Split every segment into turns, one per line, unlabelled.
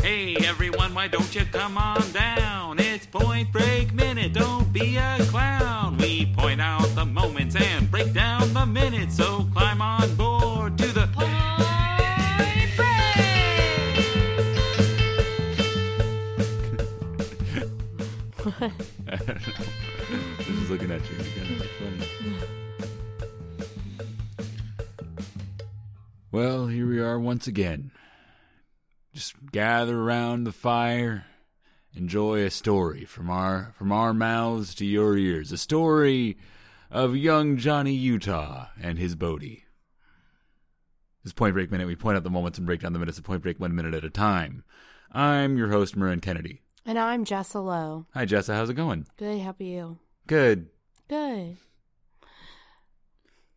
Hey everyone, why don't you come on down? It's Point Break Minute, don't be a clown. We point out the moments and break down the minutes, so climb on board to the Point Break! I'm just looking at you. You're kind of funny. Well, here we are once again. Just gather around the fire, enjoy a story from our from our mouths to your ears. A story of young Johnny Utah and his Bodie. This is Point Break Minute. We point out the moments and break down the minutes of Point Break one minute at a time. I'm your host, Marin Kennedy.
And I'm Jessa Lowe.
Hi, Jessa. How's it going?
Good, how are you?
Good.
Good.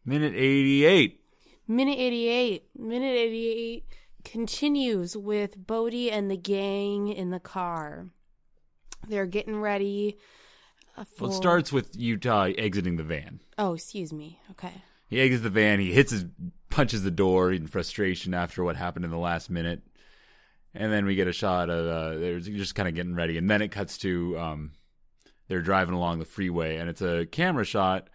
Minute 88.
Minute 88. Minute 88 continues with Bodie and the gang in the car. They're getting ready. uh, For...
Well, it starts with Utah exiting the van.
Oh, excuse me. Okay.
He exits the van. He hits his punches the door in frustration after what happened in the last minute, and then we get a shot of uh, they're just kind of getting ready, and then it cuts to um, they're driving along the freeway, and it's a camera shot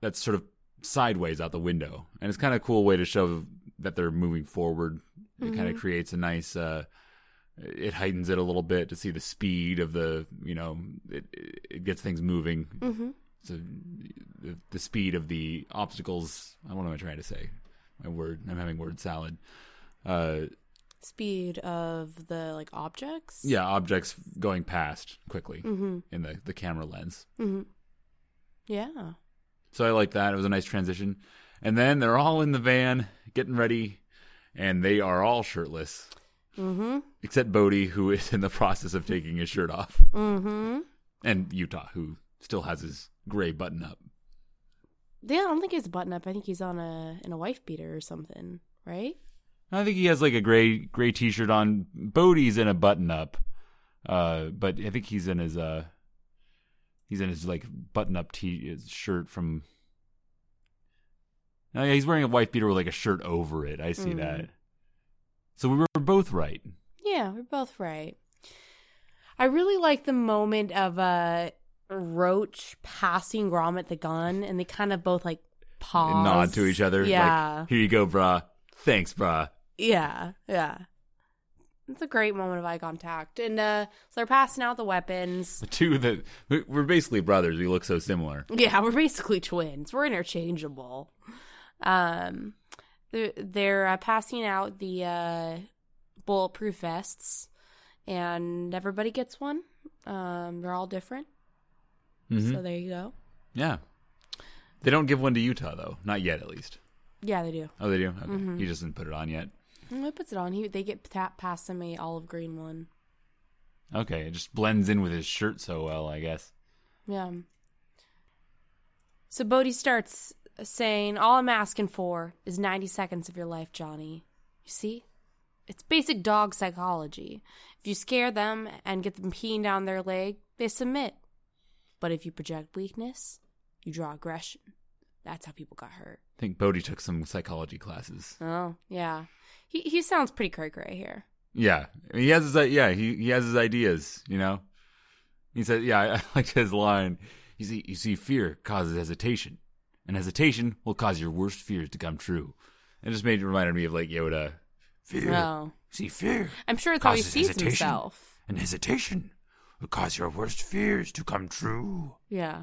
that's sort of sideways out the window, and it's kind of a cool way to show that they're moving forward. It kind of creates a nice. Uh, it heightens it a little bit to see the speed of the you know it it gets things moving so the, the speed of the obstacles. I What am I trying to say? My word. I'm having word salad. Uh,
Speed of the like objects. Mm-hmm.
yeah, objects going past quickly
Mm.
in the the camera lens.
Yeah.
So I like that. It was a nice transition. And then they're all in the van getting ready, and they are all shirtless. Mm-hmm. Except Bodie, who is in the process of taking his shirt off. Mm-hmm. And Utah, who still has his gray button up.
Yeah, I don't think it's button up. I think he's on a in a wife beater or something, right?
I think he has like a gray gray t shirt on. Bodie's in a button up, uh, but I think he's in his uh, he's in his like button up t his shirt from. Oh, yeah, he's wearing a white beater with like a shirt over it. I see that. So we were both right.
Yeah, we're both right. I really like the moment of uh Roach passing Gromit the gun, and they kind of both like pause,
And nod to each other.
Yeah,
Like, Here you go, brah. Thanks, brah.
yeah, yeah. It's a great moment of eye contact, and uh so they're passing out the weapons.
The two that we- we're basically brothers. We look so similar.
Yeah, we're basically twins. We're interchangeable. Um, they're, they're uh, passing out the uh, bulletproof vests, and everybody gets one. Um, they're all different. So there you go.
Yeah. They don't give one to Utah though. Not yet, at least.
Yeah, they do.
Oh, they do. Okay. He just didn't put it on yet.
Mm, It puts it on. He they get tap past him a olive green one.
Okay, it just blends in with his shirt so well, I guess.
Yeah. So Bodhi starts saying, All I'm asking for is 90 seconds of your life, Johnny. You see? It's basic dog psychology. If you scare them and get them peeing down their leg, they submit. But if you project weakness, you draw aggression. That's how people got hurt.
I think Bodhi took some psychology classes.
Oh, yeah. He he sounds pretty cray cray here.
Yeah, I mean, he has his i- yeah he he has his ideas. You know, he said yeah I, I liked his line. You see, you see, fear causes hesitation, and hesitation will cause your worst fears to come true. It just made reminded me of like Yoda. Fear,
No.
see, fear,
Oh. I'm sure it's how he
Causes
sees
hesitation.
himself.
and hesitation will cause your worst fears to come true.
Yeah.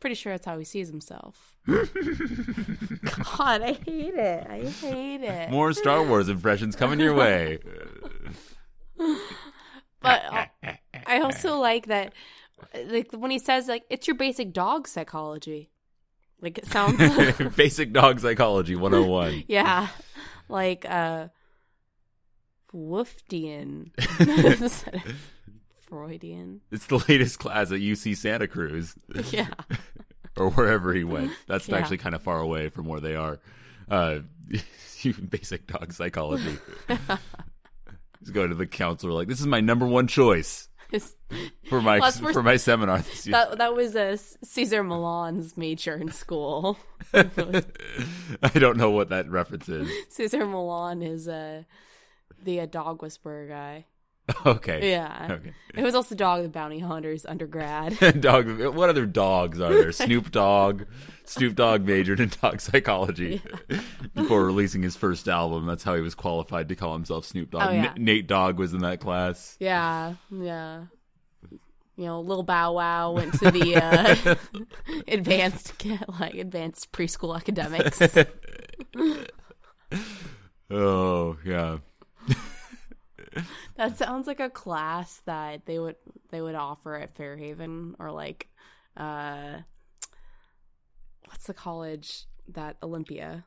Pretty sure that's how he sees himself. God, I hate it. I hate it.
More Star Wars impressions coming your way.
but I- I also like that, like when he says like it's your basic dog psychology, like it sounds,
Basic dog psychology 101.
yeah, like uh, Woofdian, Instead of Freudian,
It's the latest class at UC Santa Cruz
yeah,
or wherever he went. That's
Yeah.
actually kind of far away from where they are. Uh, basic dog psychology. He's going to the counselor like, "This is my number one choice for my
Well, it's for-
for my seminar this year."
that that was a S- Caesar Milan's major in school.
I don't know what that reference is.
Caesar Milan is uh, the uh, dog whisperer guy.
Okay.
Yeah.
Okay.
It was also Dog the Bounty Hunter's undergrad.
Dog. What other dogs are there? Snoop Dogg. Snoop Dogg majored in dog psychology before releasing his first album. That's how he was qualified to call himself Snoop Dogg.
Oh, yeah.
N- Nate Dogg was in that class.
yeah. Yeah. You know, Lil Bow Wow went to the uh, advanced like advanced preschool academics.
Oh yeah.
That sounds like a class that they would they would offer at Fairhaven or like uh what's the college that Olympia?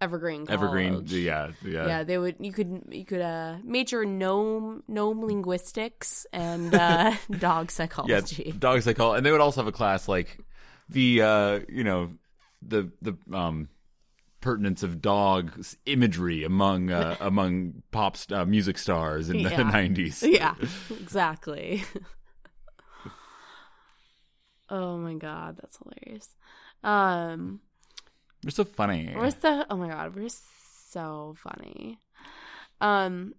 Evergreen College.
Evergreen. Yeah, yeah.
Yeah, they would you could you could uh major in gnome gnome linguistics and uh dog
Yeah,
psychology.
dog psychology, and they would also have a class like the uh, you know the the um, pertinence of dog s- imagery among uh, among pop st- uh, music stars in the
Yeah.
nineties.
Yeah, exactly. oh my god, that's hilarious. Um
They're so funny.
We're so oh my god, we're so funny. Um,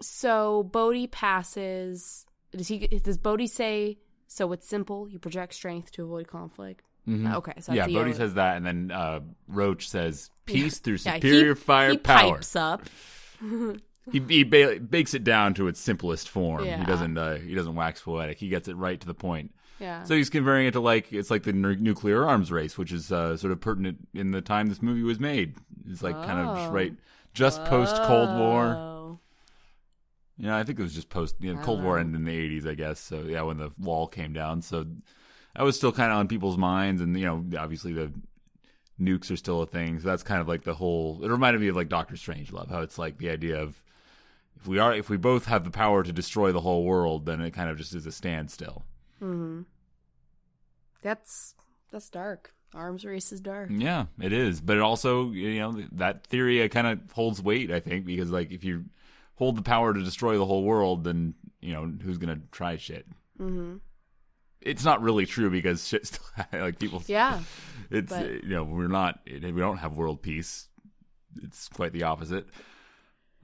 so Bodhi passes. Does he? Does Bodhi say? So it's simple. You project strength to avoid conflict.
Mhm.
Okay, so
yeah,
that's a
Bodhi
yellow-
says that, and then uh, Roach says peace through
Yeah, he-
superior
He
firepower.
pipes up.
He, he ba- bakes it down to its simplest form. He
Yeah.
doesn't uh, he doesn't wax poetic. He gets it right to the point.
Yeah.
So he's converting it to like it's like the nu- nuclear arms race, which is uh, sort of pertinent in the time this movie was made. It's like kind of just
Oh.
right, just post Cold War.
Oh.
You know, I think it was just post you know,
I
Cold
don't
War
know.
ended in the eighties, I guess. So yeah, when the wall came down, so that was still kind of on people's minds, and you know, obviously the nukes are still a thing. So that's kind of like the whole. It reminded me of like Doctor Strangelove, how it's like the idea of if we are if we both have the power to destroy the whole world, then it kind of just is a standstill.
That's that's dark. Arms race is dark.
Yeah, it is. But it also, you know, that theory kind of holds weight, I think, because like if you hold the power to destroy the whole world, then, you know, who's going to try shit? Mm-hmm. It's not really true because shit still like people
Yeah.
it's
but-
uh, you know, we're not it- we don't have world peace. It's quite the opposite.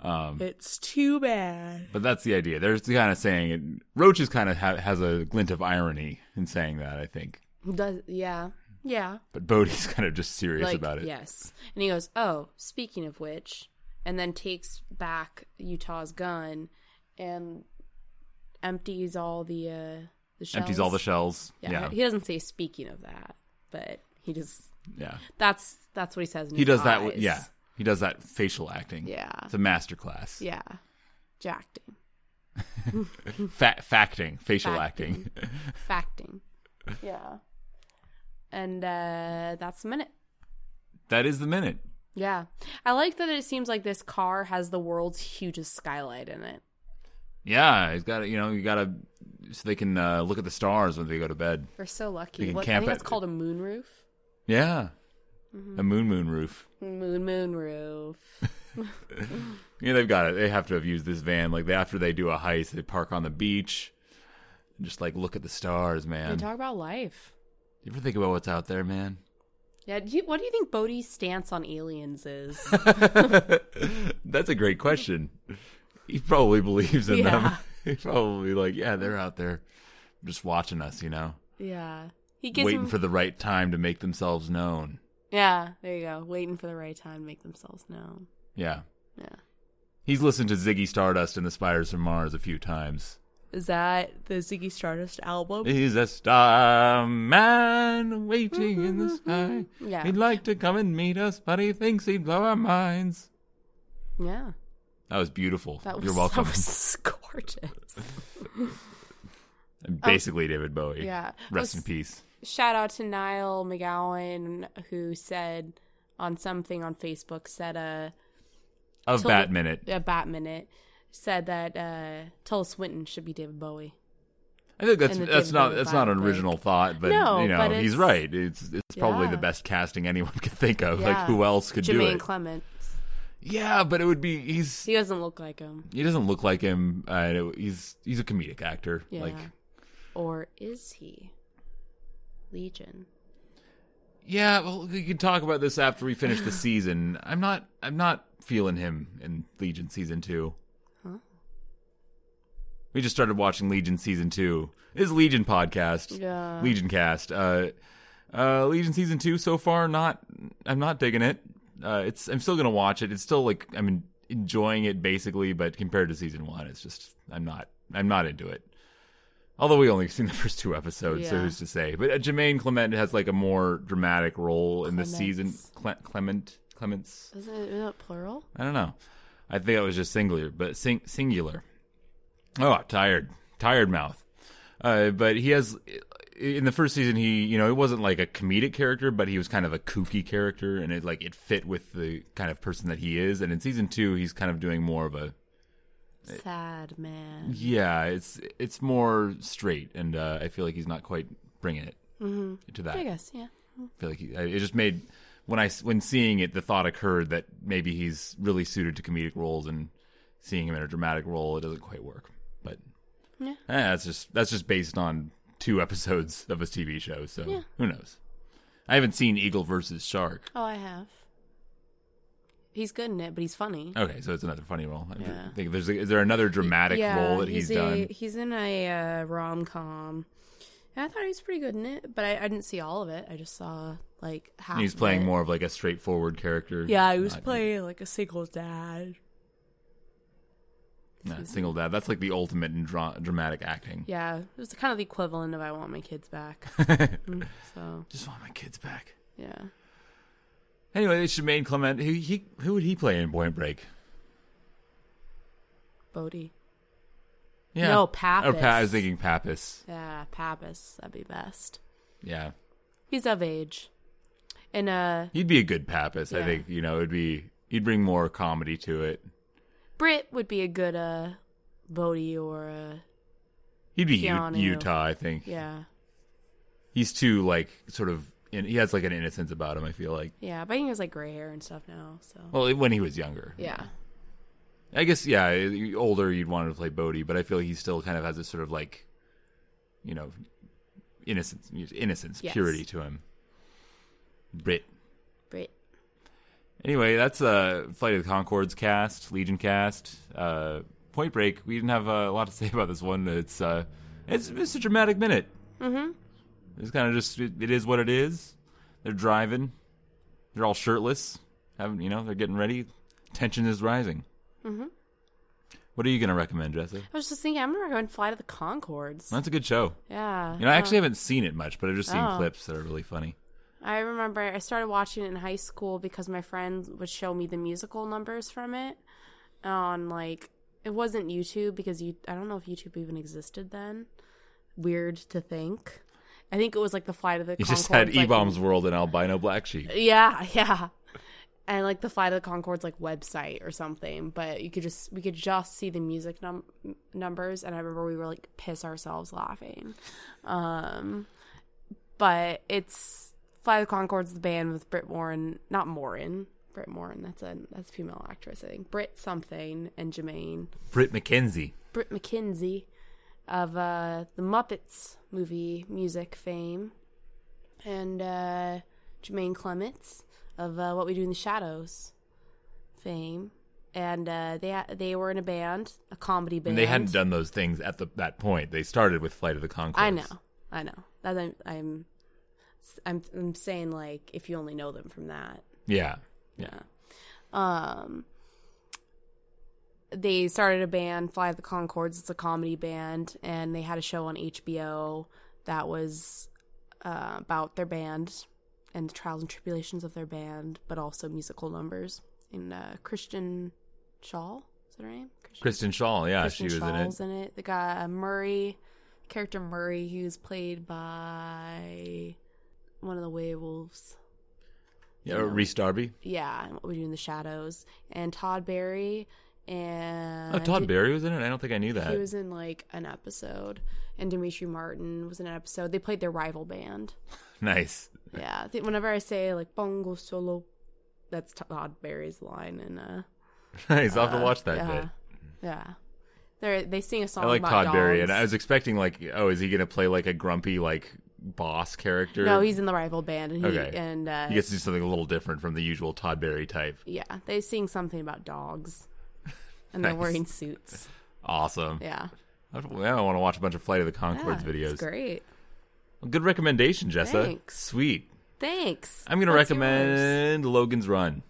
Um,
It's too bad.
But that's the idea. There's the kind of saying it. Roach is kind of ha- has a glint of irony in saying that, I think.
Does yeah. Yeah.
But Bodhi's kind of just serious
like,
about it.
Yes. And he goes, Oh, speaking of which, and then takes back Utah's gun and empties all the uh the shells.
Empties all the shells.
yeah.
Yeah.
He doesn't say speaking of that, but he just
yeah.
that's that's what he says in
he
his
does that
eyes.
with yeah he does that facial acting
Yeah.
it's a master class
Yeah. Jacting.
Fa- facting facial acting,
Facting. yeah. And uh that's a minute.
that is the minute
Yeah. I like that it seems like this car has the world's hugest skylight in it.
yeah it's got to you know you got to so they can uh, look at the stars when they go to bed
They're so
You
lucky.
can
What, I
camp
think
at-
it's called a moon roof.
yeah
Mm-hmm.
a moon moon roof
Moon Moon Roof.
yeah they've got it they have to have used this van like they, after they do a heist they park on the beach and just like look at the stars
They
man
talk about life.
you ever think about what's out there man
Yeah, do you, what do you think Bodhi's stance on aliens is?
That's a great question. He probably believes in them.
Yeah.
He probably like, yeah, they're out there just watching us, you know,
yeah, he gives
waiting
him-
for the right time to make themselves known.
yeah. There you go, waiting for the right time to make themselves known.
Yeah.
Yeah,
He's listened to Ziggy Stardust and the Spires from Mars a few times.
is that the Ziggy Stardust album?
He's a star man waiting in the sky.
Mm-hmm. Yeah.
He'd like to come and meet us, but he thinks he'd blow our minds.
Yeah,
That was beautiful.
that was
You're welcome.
That was gorgeous.
Basically, David Bowie.
yeah.
Rest
Oh,
in
s-
peace.
Shout out to Niall McGowan who said on something on Facebook said uh
Of
till-
Bat Minute.
a Bat Minute said that uh Tilda Swinton should be David Bowie.
I think that's
and the
that's
David
not
Bowie
that's not an
biopic.
original thought, but
No,
you know
but
he's
it's-
right. It's it's probably the
Yeah.
best casting anyone could think of. Like
Yeah.
who else could do
Jermaine
it?
Clement.
yeah, but it would be he's
He doesn't look like him.
he doesn't look like him. Uh, and it- he's he's a comedic actor.
Yeah.
Like
or is he? Legion.
yeah, well we can talk about this after we finish the season. I'm not I'm not feeling him in Legion season two. We just started watching Legion season two. This is Legion podcast.
Yeah.
Legion cast. Uh, uh, Legion season two so far, not I'm not digging it. Uh, it's I'm still gonna watch it. It's still like I'm en- enjoying it basically, but compared to season one, it's just I'm not I'm not into it. Although we only seen the first two episodes, so
Yeah.
who's to say? But uh, Jermaine Clement has like a more dramatic role in this season.
Clements.
Cle- Clement Clements.
Isn't it, isn't it plural?
I don't know. I think it was just singular, but sing- singular. Oh, tired, tired mouth. Uh, but he has in the first season. He, you know, it wasn't like a comedic character, but he was kind of a kooky character, and it like it fit with the kind of person that he is. And in season two, he's kind of doing more of a
Sad man.
yeah. It's it's more straight, and uh, I feel like he's not quite bringing it to that.
I guess, yeah.
feel like he, I- it just made when I s- when seeing it, the thought occurred that maybe he's really suited to comedic roles, and seeing him in a dramatic role, it doesn't quite work. But eh,
Yeah.
that's just that's just based on two episodes of a TV show, so who knows? I haven't seen Eagle versus Shark.
Oh, I have. He's good in it, but he's funny.
Okay, so it's another funny role. I
Yeah.
think there's a, is there another dramatic role that he's,
a,
done?
He's in a uh, rom com. I thought he was pretty good in it, but I, I didn't see all of it. I just saw like half.
And he's
of
playing
it.
more of like a straightforward character.
Yeah, he was
not-
playing like a single dad.
not single dad. That's like the ultimate in dra- dramatic acting.
Yeah, it was kind of the equivalent of I want my kids back. Mm, so
Just want my kids back.
yeah,
Anyway, it's Jermaine Clement. He, he who would he play in Point Break?
Bodie.
Yeah,
No, Pappas.
Or pa- I was thinking Pappas.
Yeah, Pappas. That'd be best.
Yeah,
He's of age. And uh,
he'd be a good Pappas. I
Yeah.
think you know it'd be he'd bring more comedy to it.
Brit would be a good uh, Bodie or uh,
He'd be U-
Keanu.
Utah. I think
yeah,
he's too like sort of in, he has like an innocence about him. I feel like
yeah. But he has like gray hair and stuff now. So
well when he was younger.
yeah,
I guess yeah. i- Older, you'd want him to play Bodie, but I feel like he still kind of has this sort of like, you know, innocence, innocence,
Yes.
purity to him. Brit.
Brit.
Anyway, that's uh, Flight of the Concords cast, Legion cast, uh, Point Break. We didn't have uh, a lot to say about this one. It's uh, it's, it's a dramatic minute. Mm-hmm. It's kind of just it, it is what it is. They're driving. They're all shirtless. Having you know they're getting ready. Tension is rising. Mm-hmm. What are you gonna recommend, Jesse?
I was just thinking, I'm gonna recommend Fly to the Concords.
That's a good show.
Yeah.
You know, I actually haven't seen it much, but I've just seen
Oh.
clips that are really funny.
I remember I started watching it in high school because my friend would show me the musical numbers from it on like it wasn't YouTube because you I don't know if YouTube even existed then. Weird to think. I think it was like the flight of the
You just had
Concorde's,
E
like-
Bombs World and Albino Black Sheep.
Yeah, yeah. And like the flight of the Concorde's like website or something, but you could just we could just see the music num- numbers and I remember we were like piss ourselves laughing. Um but it's Fly the Concorde's the band with Britt Morin, not Morin. Britt Morin, that's a that's a female actress, I think. Britt something and Jermaine.
Britt McKenzie.
Britt McKenzie of uh, the Muppets movie music fame, and uh, Jermaine Clements of uh, What We Do in the Shadows fame, and uh, they they were in a band, a comedy band.
And they hadn't done those things at the, that point. They started with Flight of the Conchords.
I know, I know. That I'm, I'm I'm I'm saying like if you only know them from that,
Yeah. Yeah.
um they started a band fly of the concords it's a comedy band and they had a show on hbo that was uh, about their band and the trials and tribulations of their band but also musical numbers in uh, christian shaw is that her name christian,
Kristen Shaw, yeah,
Kristen
she was in it.
Shaw's in it the guy uh, murray character murray he was played by one of the werewolves
Yeah, or Reese Darby.
yeah, and what we do in the shadows, and Todd Barry, and
Oh, Todd Barry was in it? I don't think I knew
he
that.
was in like an episode, and Dimitri Martin was in an episode. They played their rival band.
nice.
Yeah, they, whenever I say like bongo solo, that's Todd Barry's line, and uh,
nice. I'll have to watch that
yeah,
bit.
yeah, they they sing a song.
I like
about
Todd Barry,
dogs.
and I was expecting, like, oh, is he going to play, like, a grumpy, like, boss character?
no, he's in the rival band, and he
Okay.
and uh,
He gets to do something a little different from the usual Todd Barry type.
yeah, they sing something about dogs, and they're
Nice.
wearing suits.
Awesome.
Yeah,
I don't, I want to watch a bunch of Flight of the Concords
Yeah,
videos.
It's great.
Well, good recommendation, Jessa.
Thanks.
Sweet.
Thanks.
I'm going to
What's yours?
recommend Logan's Run.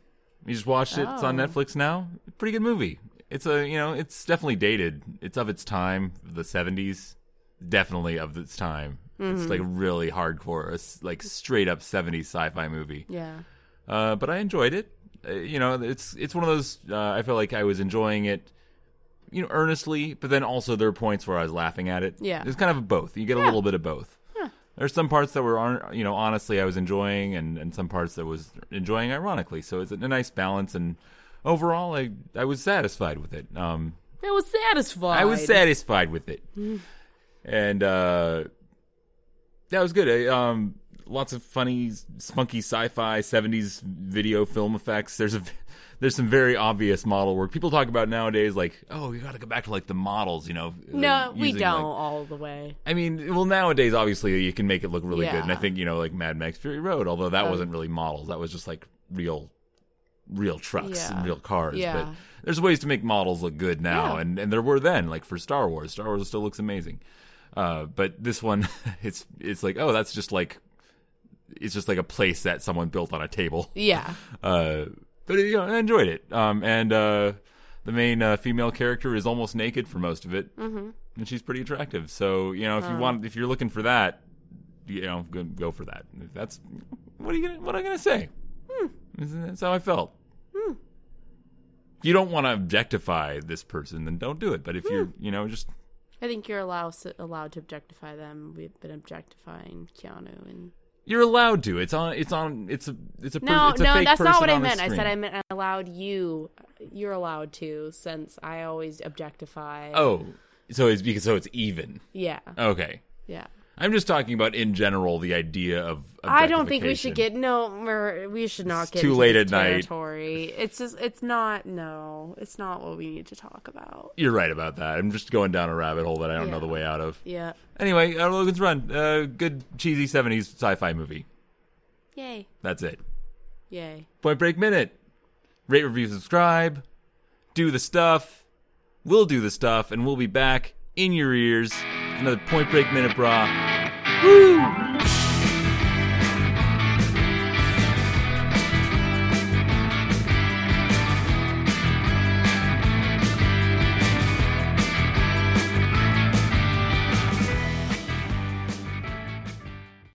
You just watched it. It's on
Oh.
Netflix now. Pretty good movie. It's a, you know, it's definitely dated. It's of its time, the 70s. Definitely of its time.
Mm-hmm.
It's like really hardcore, it's like straight up 70s sci-fi movie.
Yeah.
Uh, but I enjoyed it. Uh, you know, it's it's one of those. Uh, I feel like I was enjoying it, you know, earnestly. But then also there were points where I was laughing at it.
Yeah.
it's kind of both. You get a little bit of both. There's some parts that were, aren't- you know, honestly I was enjoying, and and some parts that was enjoying ironically. So it's a nice balance, and overall I I was satisfied with it. Um,
I was satisfied.
I was satisfied with it, and uh, that was good. I, um, lots of funny, spunky sci-fi '70s video film effects. There's a there's some very obvious model work. People talk about nowadays, like, oh, you got to go back to like the models, you know? uh,
No, we
using,
don't
like-
all the way.
I mean, well, nowadays obviously you can make it look really good,
Yeah. Um,
and I think you know, like Mad Max Fury Road, although that wasn't really models, that was just like real, real trucks and
Yeah.
real cars. But
Yeah.
there's ways to make models look good now,
Yeah.
and and there were then, like for Star Wars, Star Wars still looks amazing, uh, but this one, it's it's like oh, that's just like. It's just like a place that someone built on a table.
Yeah.
Uh, but you know, I enjoyed it. Um, and uh, the main uh, female character is almost naked for most of it, mm-hmm. and she's pretty attractive. So you know, if you want, if you're looking for that, you know, go, go for that. That's what are you gonna, what am I gonna say?
Hmm.
That's- That's how I felt. If you don't want to objectify this person, then don't do it. But if
Hmm.
you're, you know, just
I think you're allowed allowed to objectify them. We've been objectifying Keanu and
you're allowed to. It's on. It's on. It's a. It's a. Per,
no,
it's a
no,
fake
that's
person
not what I
on the
meant. I said
screen.
I meant I allowed you. uh, You're allowed to, since I always objectify.
Oh, so it's because so it's even.
yeah,
Okay.
yeah.
I'm just talking about in general the idea of.
I don't think we should
objectification.
get no. We're, we should not
It's
get
too
into
late
this
at night.
territory. It's just, it's not. No, it's not what we need to talk about.
You're right about that. I'm just going down a rabbit hole that I don't know
Yeah.
the way out of.
Yeah.
Anyway, uh, Logan's Run, uh, good cheesy '70s sci-fi movie.
Yay.
That's it.
Yay.
Point Break minute. Rate, review, subscribe. Do the stuff. We'll do the stuff, and we'll be back in your ears. with Another Point Break minute, brah. Woo!